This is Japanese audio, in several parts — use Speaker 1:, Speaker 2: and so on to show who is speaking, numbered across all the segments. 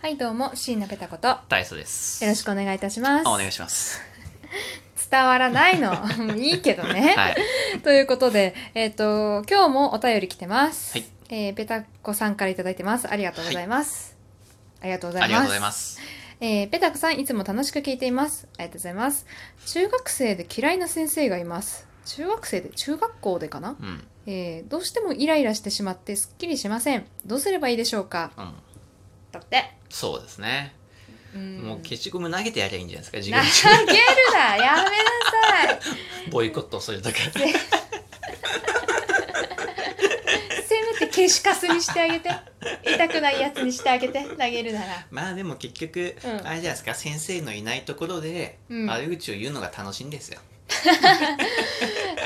Speaker 1: はい、どうも、椎名ペタこと。よ
Speaker 2: ダイソです。
Speaker 1: ろしくお願いいたします。
Speaker 2: あお願いします。
Speaker 1: 伝わらない の。もういいけどね。
Speaker 2: はい。
Speaker 1: ということで、えっ、と、今日もお便り来てます。
Speaker 2: はい
Speaker 1: えーペタコさんからいただいてます。ありがとうございます。ありがとうございます。
Speaker 2: ありがとうございます。
Speaker 1: えーペタコさん、いつも楽しく聞いています。ありがとうございます。中学生で嫌いな先生がいます。中学生で、中学校でかな、
Speaker 2: うん。うん。
Speaker 1: えーどうしてもイライラしてしまってすっきりしません。どうすればいいでしょうかだって。
Speaker 2: そうですね。
Speaker 1: うん
Speaker 2: もう消しゴム投げてやりゃいいんじゃないですか、
Speaker 1: 投
Speaker 2: 授
Speaker 1: げる
Speaker 2: 業
Speaker 1: なやめなさい
Speaker 2: 中。 ボイコットをするとか。
Speaker 1: せめて消しカスにしてあげて痛くないやつにしてあげて投げるなら
Speaker 2: まあでも結局、
Speaker 1: うん
Speaker 2: あれじゃないですか、先生のいないところで、
Speaker 1: うん
Speaker 2: 悪口を言うのが楽しいんですよ。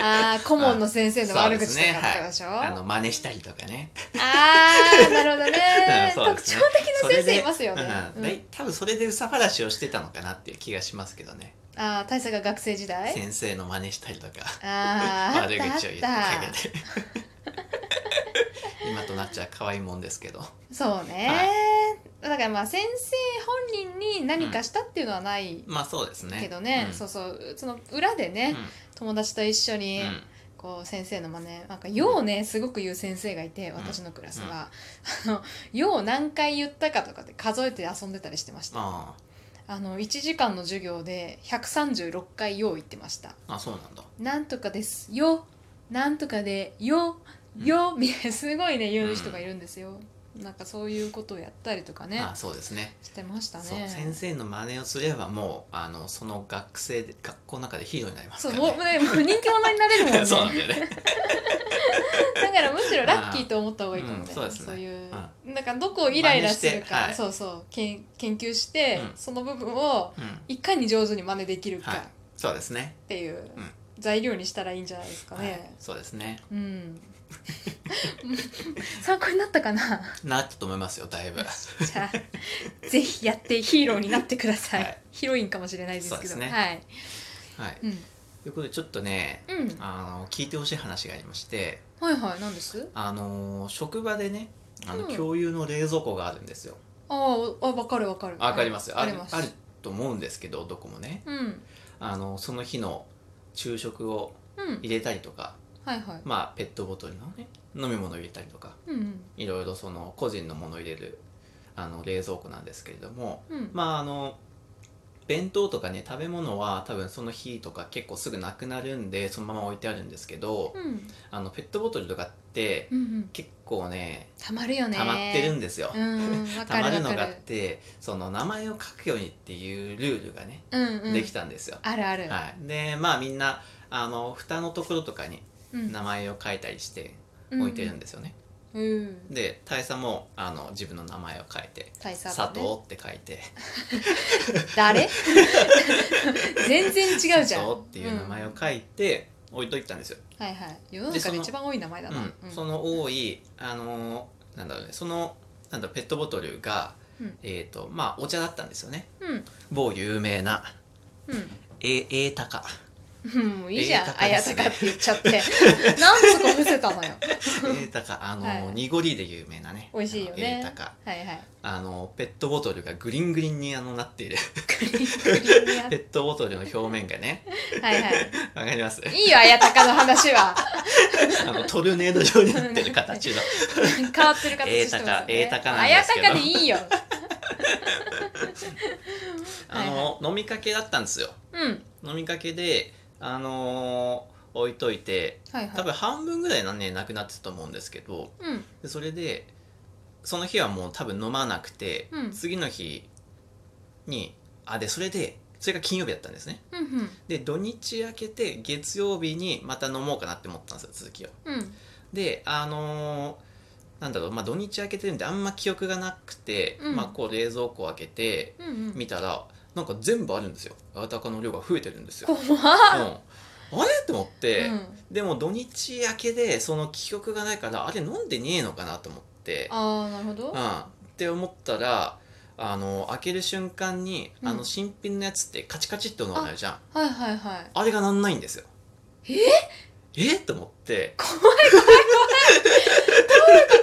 Speaker 1: ああ顧問の先生の悪口とかってことでしょ、
Speaker 2: あの、真似したりとかね。
Speaker 1: あーなるほどね
Speaker 2: うん そう
Speaker 1: 特徴
Speaker 2: ですね
Speaker 1: 的な先生いますよね、
Speaker 2: うん。だい多分それでうさばらしをしてたのかなっていう気がしますけどね。
Speaker 1: うんああ大佐が学生時代
Speaker 2: 先生の真似したりとか。
Speaker 1: あああっ
Speaker 2: 悪口を
Speaker 1: たあ
Speaker 2: 言
Speaker 1: っ
Speaker 2: ってか
Speaker 1: た
Speaker 2: けて 今となっちゃ可愛いもんですけど
Speaker 1: そうね、だからまあ先生本人に何かしたっていうのはない
Speaker 2: まあそうですね
Speaker 1: けどね、
Speaker 2: うん
Speaker 1: そうそうその裏でね、友達と一緒
Speaker 2: うん
Speaker 1: に、
Speaker 2: うん
Speaker 1: こう先生の真似なんか「よ」をねすごく言う先生がいて私のクラスは「あのよ」を何回言ったかとかって数えて遊んでたりしてました
Speaker 2: あ
Speaker 1: あの1時間の授業で136回「よ」言ってました
Speaker 2: ああそうなんだ
Speaker 1: 「なんとかですよ」「なんとかでよ」「よ」みたいなすごいね言う人がいるんですよなんかそういうことをやったりとかね
Speaker 2: ああそうですね
Speaker 1: してました
Speaker 2: そう
Speaker 1: ね
Speaker 2: 先生の真似をすればもうあのその学生で学校の中でヒーローになりま
Speaker 1: そ
Speaker 2: す
Speaker 1: う
Speaker 2: から
Speaker 1: もうね
Speaker 2: ね
Speaker 1: もう人気者になれるもん ね
Speaker 2: そうなんだよね
Speaker 1: だからむしろラッキーと思った方がいいかもね、
Speaker 2: うんそうですね
Speaker 1: いう、なんかどこをイライラするか、
Speaker 2: 真似してはい
Speaker 1: そうそうけん研究して、
Speaker 2: うん
Speaker 1: その部分を
Speaker 2: うん
Speaker 1: いかに上手に真似できるか
Speaker 2: はい
Speaker 1: っ
Speaker 2: そうですね
Speaker 1: ていう
Speaker 2: うん
Speaker 1: 材料にしたらいいんじゃないですか
Speaker 2: は
Speaker 1: ね、
Speaker 2: いそうですね
Speaker 1: うん参考になったか な
Speaker 2: なったと思いますよ だいぶ
Speaker 1: じゃあぜひやってヒーローになってください、
Speaker 2: はい
Speaker 1: ヒロインかもしれないですけど
Speaker 2: そうですね
Speaker 1: はい、
Speaker 2: はい
Speaker 1: うん
Speaker 2: ということでちょっとね
Speaker 1: うん、
Speaker 2: あの聞いてほしい話がありまして
Speaker 1: はいはい何です
Speaker 2: あの職場でねあの
Speaker 1: うん
Speaker 2: 共有の冷蔵庫があるんですよ
Speaker 1: あーあわかるわかる
Speaker 2: わかりますよ、
Speaker 1: はい
Speaker 2: あ
Speaker 1: わ
Speaker 2: る
Speaker 1: かります
Speaker 2: あると思うんですけどどこもね
Speaker 1: うん
Speaker 2: あのその日の昼食を
Speaker 1: うん
Speaker 2: 入れたりとか、
Speaker 1: はいはい
Speaker 2: まあ、ペットボトルの、ね、飲み物を入れたりとか
Speaker 1: うん
Speaker 2: いろいろその個人のものを入れるあの冷蔵庫なんですけれども
Speaker 1: うんうん
Speaker 2: まああの弁当とかね食べ物は多分その日とか結構すぐなくなるんでそのまま置いてあるんですけど
Speaker 1: うん
Speaker 2: あのペットボトルとかって
Speaker 1: うんうん
Speaker 2: 結構ね
Speaker 1: たまるよね
Speaker 2: 溜まってるんですよ。
Speaker 1: うんわ
Speaker 2: 溜
Speaker 1: か
Speaker 2: まる
Speaker 1: るわ
Speaker 2: のが
Speaker 1: か
Speaker 2: あっ
Speaker 1: る
Speaker 2: てその名前を書くようにっていうルールがね
Speaker 1: うんうん
Speaker 2: できたんですよ。
Speaker 1: あるある、
Speaker 2: はい、でまあみんなあの蓋のところとかに
Speaker 1: うん
Speaker 2: 名前を書いたりして置いてるん
Speaker 1: で
Speaker 2: ですよね、
Speaker 1: うん
Speaker 2: で大佐もあの自分の名前を書いて
Speaker 1: 大
Speaker 2: 「
Speaker 1: 佐
Speaker 2: 佐
Speaker 1: もね
Speaker 2: 藤」って書いて
Speaker 1: 誰 全然違
Speaker 2: 「
Speaker 1: うじゃん
Speaker 2: 佐藤」っていう名前を書いて置いといたんですよ、
Speaker 1: うんはいはい世の中で一番多い名前だ
Speaker 2: うん
Speaker 1: な
Speaker 2: その多いあのなんだろうねそのなんだろうペットボトルが、
Speaker 1: うん
Speaker 2: えっ、とまあお茶だったんですよね
Speaker 1: うん
Speaker 2: 某有名な
Speaker 1: うん
Speaker 2: ええた か
Speaker 1: うんもういいじゃん
Speaker 2: えー
Speaker 1: 「あやた
Speaker 2: 高
Speaker 1: か」
Speaker 2: で
Speaker 1: って言っち ゃってなんでそこ伏せたのよ
Speaker 2: ええたかあの、
Speaker 1: はい
Speaker 2: 濁りで有名なね
Speaker 1: 美味しいよね
Speaker 2: ええたか
Speaker 1: はいはい
Speaker 2: あのペットボトルがグリングリンにあのなって いる
Speaker 1: クリームや
Speaker 2: ペットボトルの表面 がね
Speaker 1: はいはい
Speaker 2: わかります
Speaker 1: いいよあやたかの話は
Speaker 2: あのトルネード状になってる形の
Speaker 1: 変わってる形してますよね
Speaker 2: えーたかえーたかな
Speaker 1: あ
Speaker 2: ん
Speaker 1: や
Speaker 2: です
Speaker 1: た
Speaker 2: けど
Speaker 1: かでいいよ
Speaker 2: あの飲みかけだったんですよ
Speaker 1: うん
Speaker 2: 飲みかけであのー置いといて
Speaker 1: はい
Speaker 2: 多
Speaker 1: はい
Speaker 2: 分半分ぐらいなんねなくなってたと思うんですけど
Speaker 1: うん
Speaker 2: でそれでその日はもう多分飲まなくて、
Speaker 1: うん
Speaker 2: 次の日にあでそれでそれが金曜日だったんですね
Speaker 1: うん
Speaker 2: で土日明けて月曜日にまた飲もうかなって思ったんですよ続きを
Speaker 1: うんうん
Speaker 2: であのーなんだろう、まあ、土日開けてるんであんま記憶がなくて、
Speaker 1: うん
Speaker 2: まあ、こう冷蔵庫開けて
Speaker 1: うんうん
Speaker 2: 見たらなんか全部あるんですよあたかの量が増えてるんですよ、うん、
Speaker 1: 怖っ、
Speaker 2: あれって思って、
Speaker 1: うん、
Speaker 2: でも土日明けでその記憶がないからあれ飲んでねえのかなと思って、
Speaker 1: ああなるほど、
Speaker 2: うん、って思ったらあの開ける瞬間に、
Speaker 1: うん
Speaker 2: あの新品のやつってカチカチって音が鳴るじゃんあ
Speaker 1: はいはいはい
Speaker 2: れが鳴んないんですよ
Speaker 1: え
Speaker 2: えっと思って
Speaker 1: 怖いこと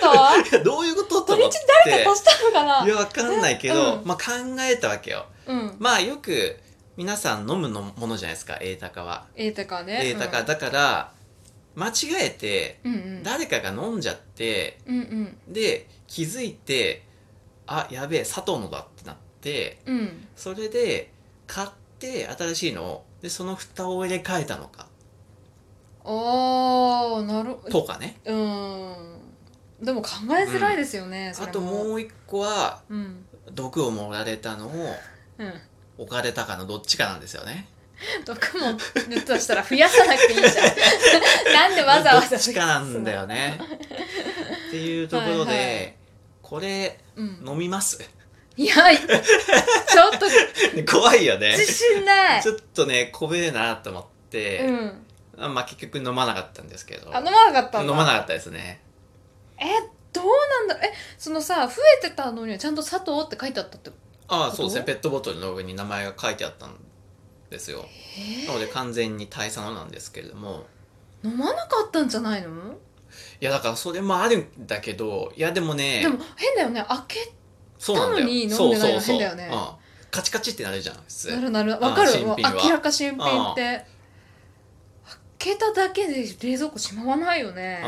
Speaker 2: いやどういうこと
Speaker 1: 土
Speaker 2: と思っ
Speaker 1: 日
Speaker 2: て
Speaker 1: 誰か越したのかない
Speaker 2: やわかんないけど、
Speaker 1: うん
Speaker 2: まあ、考えたわけよ
Speaker 1: うん
Speaker 2: まあよく皆さん飲むのものじゃないですか A 高は
Speaker 1: A とかね
Speaker 2: A 高だから間違えて
Speaker 1: うんうん
Speaker 2: 誰かが飲んじゃって
Speaker 1: うんうん
Speaker 2: で気づいてあやべえ佐藤のだってなって
Speaker 1: うん
Speaker 2: それで買って新しいのをでその蓋を入れ替えたのか
Speaker 1: ああなる
Speaker 2: とかね
Speaker 1: うんでも考えづらいですよね、そ
Speaker 2: あ
Speaker 1: れ
Speaker 2: とも
Speaker 1: う
Speaker 2: う一個は
Speaker 1: うん、
Speaker 2: 毒を盛られたのを
Speaker 1: うん、
Speaker 2: 置かれたかのどっちかなんですよね
Speaker 1: 毒も塗としたら増やさなくていいじゃ んなんでわざわざ
Speaker 2: どっちかなんだよねっていうところで、
Speaker 1: はいはい
Speaker 2: これ
Speaker 1: うん、
Speaker 2: 飲みます
Speaker 1: いやちょっと
Speaker 2: 怖い よね
Speaker 1: 自信ない
Speaker 2: ちょっとねこべえなと思って、
Speaker 1: うん
Speaker 2: まあ結局飲まなかったんですけど
Speaker 1: あ飲まなかったん
Speaker 2: 飲
Speaker 1: だ
Speaker 2: まなかったですね
Speaker 1: えどうなんだえそのさ増えてたのにはちゃんと佐藤って書いてあったって
Speaker 2: ああそうですね
Speaker 1: ど
Speaker 2: ペットボトルの上に名前が書いてあったんですよ
Speaker 1: え
Speaker 2: なので完全に大佐のなんですけれども
Speaker 1: ー、飲まなかったんじゃないの
Speaker 2: いやだからそれもあるんだけどいやでもね
Speaker 1: でも変だよね開
Speaker 2: そうなんだ
Speaker 1: な
Speaker 2: よ
Speaker 1: のに飲んで
Speaker 2: そう
Speaker 1: ない
Speaker 2: そ
Speaker 1: の
Speaker 2: うそう
Speaker 1: 変だよね
Speaker 2: うん、カチカチってなるじゃん普
Speaker 1: け
Speaker 2: 通
Speaker 1: なるなるわかる
Speaker 2: 新
Speaker 1: もう
Speaker 2: 品は
Speaker 1: 明らか新品って開けただけで冷蔵庫しまわないよね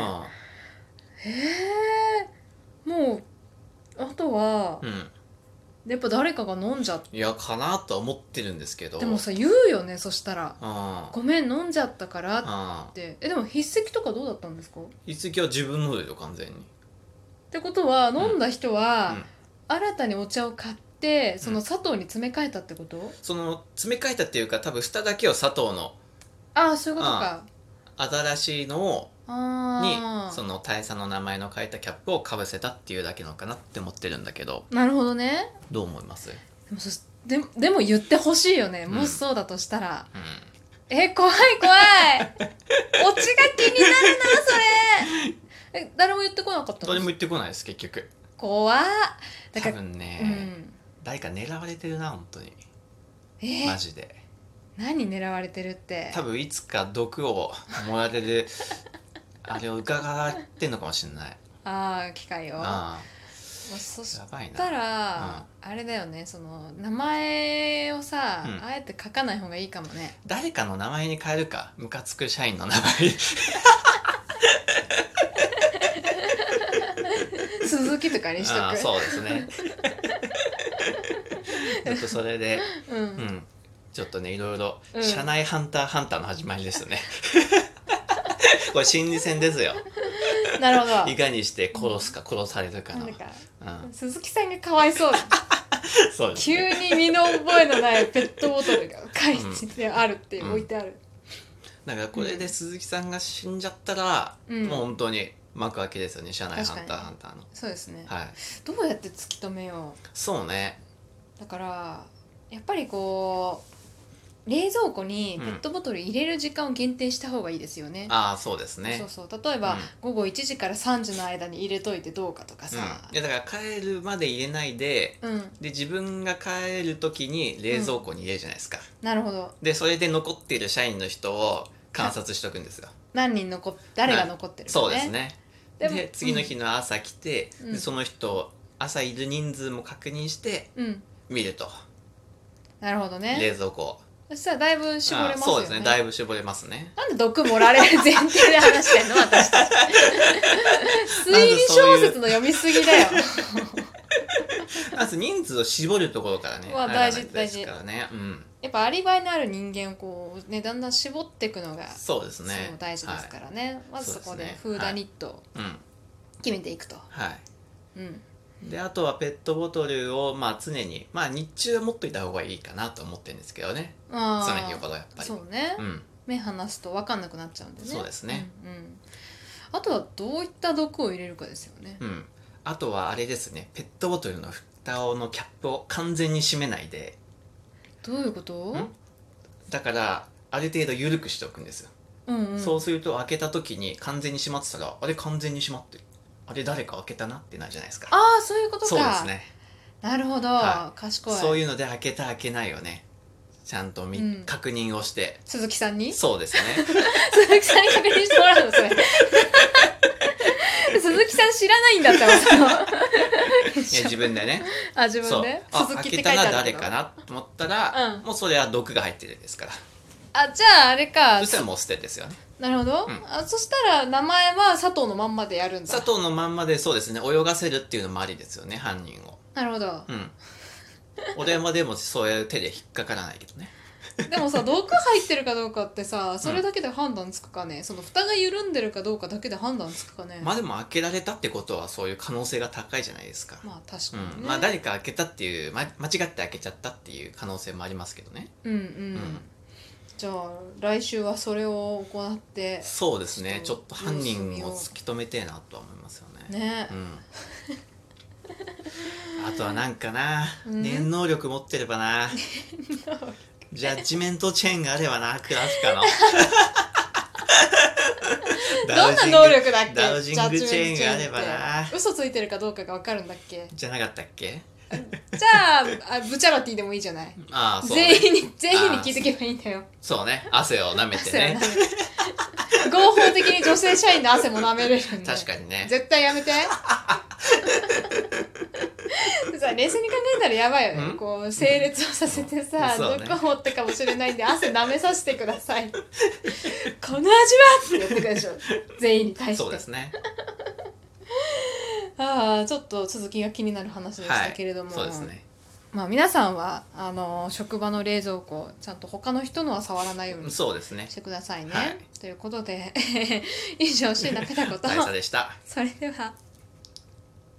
Speaker 1: えー、もうあとは
Speaker 2: うん、うん
Speaker 1: やっぱ誰かが飲んじゃっ
Speaker 2: いやかなとは思ってるんですけど
Speaker 1: でもさ言うよねそしたら
Speaker 2: うん
Speaker 1: 「ごめん飲んじゃったから」っ
Speaker 2: うん
Speaker 1: てえでも筆跡とかどうだったんですかっ
Speaker 2: 筆跡は自分のでよ完全に
Speaker 1: てことは
Speaker 2: ん
Speaker 1: 飲んだ人は、
Speaker 2: うん
Speaker 1: 新たにお茶を買ってそうの
Speaker 2: ん
Speaker 1: 砂糖に詰め替えたってこと、
Speaker 2: その詰め替えたっていうか多分蓋だけを砂糖の
Speaker 1: ああそういうことか
Speaker 2: 新しいのをに
Speaker 1: あ
Speaker 2: そ
Speaker 1: あ
Speaker 2: の大佐の名前の書いたキャップをかぶせたっていうだけのかなって思ってるんだけど
Speaker 1: なるほどね
Speaker 2: どう思います、う
Speaker 1: でもそしででも言ってほしいよね、
Speaker 2: うん
Speaker 1: もしそうだとしたら
Speaker 2: ん、
Speaker 1: え怖い 怖いオチが気になるなそれえ誰も言ってこなかった
Speaker 2: 誰も
Speaker 1: の
Speaker 2: 言ってこないです結局
Speaker 1: 怖っだか
Speaker 2: 多
Speaker 1: ら、
Speaker 2: 分ね、
Speaker 1: うん、
Speaker 2: 誰か狙われてるな本当に
Speaker 1: え
Speaker 2: マ
Speaker 1: ー、
Speaker 2: ジで
Speaker 1: 何狙われてるって
Speaker 2: 多分いつか毒をもら れるあれを伺ってんのかもしれない
Speaker 1: ああ機械をまあ、
Speaker 2: あ
Speaker 1: そ
Speaker 2: あ
Speaker 1: し
Speaker 2: やばい
Speaker 1: た
Speaker 2: な
Speaker 1: ら、あれだよねその名前をさ、
Speaker 2: うん
Speaker 1: あえて書かない方がいいかもね
Speaker 2: 誰かの名前に変えるかムカつく社員の名前
Speaker 1: 鈴木とかにしと
Speaker 2: ああ
Speaker 1: く
Speaker 2: そうで すね ちょっとそれで
Speaker 1: う、
Speaker 2: うんんちょっとねいろいろ
Speaker 1: うん
Speaker 2: 社内ハンターハンターの始まりで すねこれ心理戦ですよ
Speaker 1: なるほど
Speaker 2: いかにして殺すか殺されるか
Speaker 1: な
Speaker 2: の
Speaker 1: んだか
Speaker 2: うん、
Speaker 1: 鈴木さんがかわいそう
Speaker 2: そうです
Speaker 1: 急
Speaker 2: ね
Speaker 1: に身の覚えのないペットボトルが書いてあるって、
Speaker 2: うん
Speaker 1: 置いてある
Speaker 2: だからこれで鈴木さんが死んじゃったら、
Speaker 1: うん
Speaker 2: もう本当に幕開けですよね社内ハンターハン
Speaker 1: 確
Speaker 2: ターの
Speaker 1: そうですね
Speaker 2: はい
Speaker 1: どうやって突き止めよ
Speaker 2: そうね
Speaker 1: うだからやっぱりこう冷蔵庫にペットボトル入れる時間を限定した方がいいですよね、
Speaker 2: ああそうですね
Speaker 1: そうそう例えば、
Speaker 2: うん
Speaker 1: 午後1時から3時の間に入れといてどうかとかさ、
Speaker 2: うん、いやだから帰るまで入れないで
Speaker 1: うん
Speaker 2: で自分が帰る時に冷蔵庫に入れるじゃないですか、
Speaker 1: なるほど
Speaker 2: でそれで残っている社員の人を観察しとくんですよ、
Speaker 1: 何人残っ誰が残ってるか、ね、
Speaker 2: そうですね
Speaker 1: で
Speaker 2: で
Speaker 1: も
Speaker 2: 次の日の朝来て、
Speaker 1: うん
Speaker 2: でその人朝いる人数も確認して
Speaker 1: うん
Speaker 2: 見ると
Speaker 1: なるほどね
Speaker 2: 冷蔵庫
Speaker 1: そしたらだいぶ絞れ
Speaker 2: あ
Speaker 1: ます
Speaker 2: そ
Speaker 1: よね
Speaker 2: うですねだいぶ絞れますね
Speaker 1: なんで毒盛られる前提で話してんの 私たち推理小説の読みすぎだよ
Speaker 2: まず人数を絞るところからね
Speaker 1: うわ
Speaker 2: やらな
Speaker 1: 大
Speaker 2: い
Speaker 1: 事
Speaker 2: とですからねうん
Speaker 1: やっぱアリバイのある人間をこうねだんだん絞っていくのがそ
Speaker 2: そうです
Speaker 1: う、
Speaker 2: ね
Speaker 1: 大事ですからね、まずそこで
Speaker 2: そうですね
Speaker 1: フーダニットを
Speaker 2: はい、うん
Speaker 1: 決めていくと、
Speaker 2: はい
Speaker 1: うん
Speaker 2: であとはペットボトルをまあ常にまあ日中は持っといた方がいいかなと思ってるんですけどねその
Speaker 1: あ
Speaker 2: 日
Speaker 1: あ
Speaker 2: ほどやっぱり
Speaker 1: そうね、
Speaker 2: うん
Speaker 1: 目離すと分かんなくなっちゃうんでね
Speaker 2: そうですね、
Speaker 1: うんうんあとはどういった毒を入れるかですよね、
Speaker 2: うんあとはあれですねペットボトルの蓋をのキャップを完全に閉めないで
Speaker 1: どういうこと
Speaker 2: んだからある程度緩くしておくんですよ、
Speaker 1: うんうん
Speaker 2: そうすると開けた時に完全に閉まってたらあれ完全に閉まってるあれ誰か開けたなってなるじゃないですか
Speaker 1: ああそういうことか
Speaker 2: そうですね
Speaker 1: なるほど、
Speaker 2: は
Speaker 1: 賢い
Speaker 2: そういうので開けた開けないをねちゃんとみ、
Speaker 1: うん
Speaker 2: 確認をして
Speaker 1: 鈴木さんに
Speaker 2: そうですね
Speaker 1: 鈴木さんに確認してもらうのそれ鈴木さん知らないんだったわその
Speaker 2: いや自分でね
Speaker 1: あ自分
Speaker 2: そう
Speaker 1: で
Speaker 2: あ
Speaker 1: 鈴木って書
Speaker 2: 開け
Speaker 1: いて
Speaker 2: た
Speaker 1: あ
Speaker 2: ら
Speaker 1: る
Speaker 2: 誰かなと思ったら、
Speaker 1: うん
Speaker 2: もうそれは毒が入ってるんですから
Speaker 1: あじゃああれか
Speaker 2: そしたらもう捨てですよね
Speaker 1: なるほど、
Speaker 2: うん
Speaker 1: あそしたら名前は佐藤のまんまでやるんだ
Speaker 2: 佐藤のまんまでそうですね泳がせるっていうのもありですよね犯人を
Speaker 1: なるほど
Speaker 2: うん 俺もでもそういう手で引っかからないけどね
Speaker 1: でもさ毒入ってるかどうかってさそれだけで判断つくかね、その蓋が緩んでるかどうかだけで判断つくかね
Speaker 2: ま
Speaker 1: ま
Speaker 2: あでも開けられたってことはそういう可能性が高いじゃないですか、
Speaker 1: あ確かにね、
Speaker 2: うん、まあ誰か開けたっていう、ま、間違って開けちゃったっていう可能性もありますけどね、
Speaker 1: うんうん、
Speaker 2: うん
Speaker 1: じゃあ来週はそれを行って
Speaker 2: そうですね
Speaker 1: ち
Speaker 2: ち
Speaker 1: ょ
Speaker 2: ょ
Speaker 1: っ
Speaker 2: っ
Speaker 1: と
Speaker 2: と犯人を突き止めてえなとは思いますよね
Speaker 1: ね
Speaker 2: う、んあとはなんかな、
Speaker 1: うん
Speaker 2: 念能力持ってればな
Speaker 1: 能力
Speaker 2: ジャッジメントチェーンがあればなクラシカの
Speaker 1: どんな能力だっけ
Speaker 2: ダウジングダウジングチェーンがあれ
Speaker 1: ジャッジメント
Speaker 2: ば
Speaker 1: チェーンっ
Speaker 2: な
Speaker 1: て嘘ついてるかどうかが分かるんだっけ
Speaker 2: じゃなかったっけ
Speaker 1: じゃああブチャラティでもいいじゃない、
Speaker 2: ああそうね
Speaker 1: 全員に全員に気づけばいいんだよ
Speaker 2: そうね汗を舐めて
Speaker 1: 汗を舐め
Speaker 2: ね
Speaker 1: て合法的に女性社員の汗も舐めれるんで
Speaker 2: 確かにね
Speaker 1: 絶対や めてさ冷静に考えたらやばいよね
Speaker 2: うん
Speaker 1: こう整列をさせてさ、
Speaker 2: そうね
Speaker 1: どこ持ってかもしれないんで汗舐めさせてくださ いこの味はって言ってくるでしょ全員に対
Speaker 2: そ
Speaker 1: し
Speaker 2: う
Speaker 1: て
Speaker 2: ですね
Speaker 1: ああちょっと続きが気になる話でしたけれども、
Speaker 2: そうですね
Speaker 1: まあ皆さんはあの職場の冷蔵庫ちゃんと他の人のは触らないように
Speaker 2: そうですね
Speaker 1: してくださいね。
Speaker 2: はい
Speaker 1: ということで 以上椎名ペタ子と
Speaker 2: 大佐でした
Speaker 1: それでは。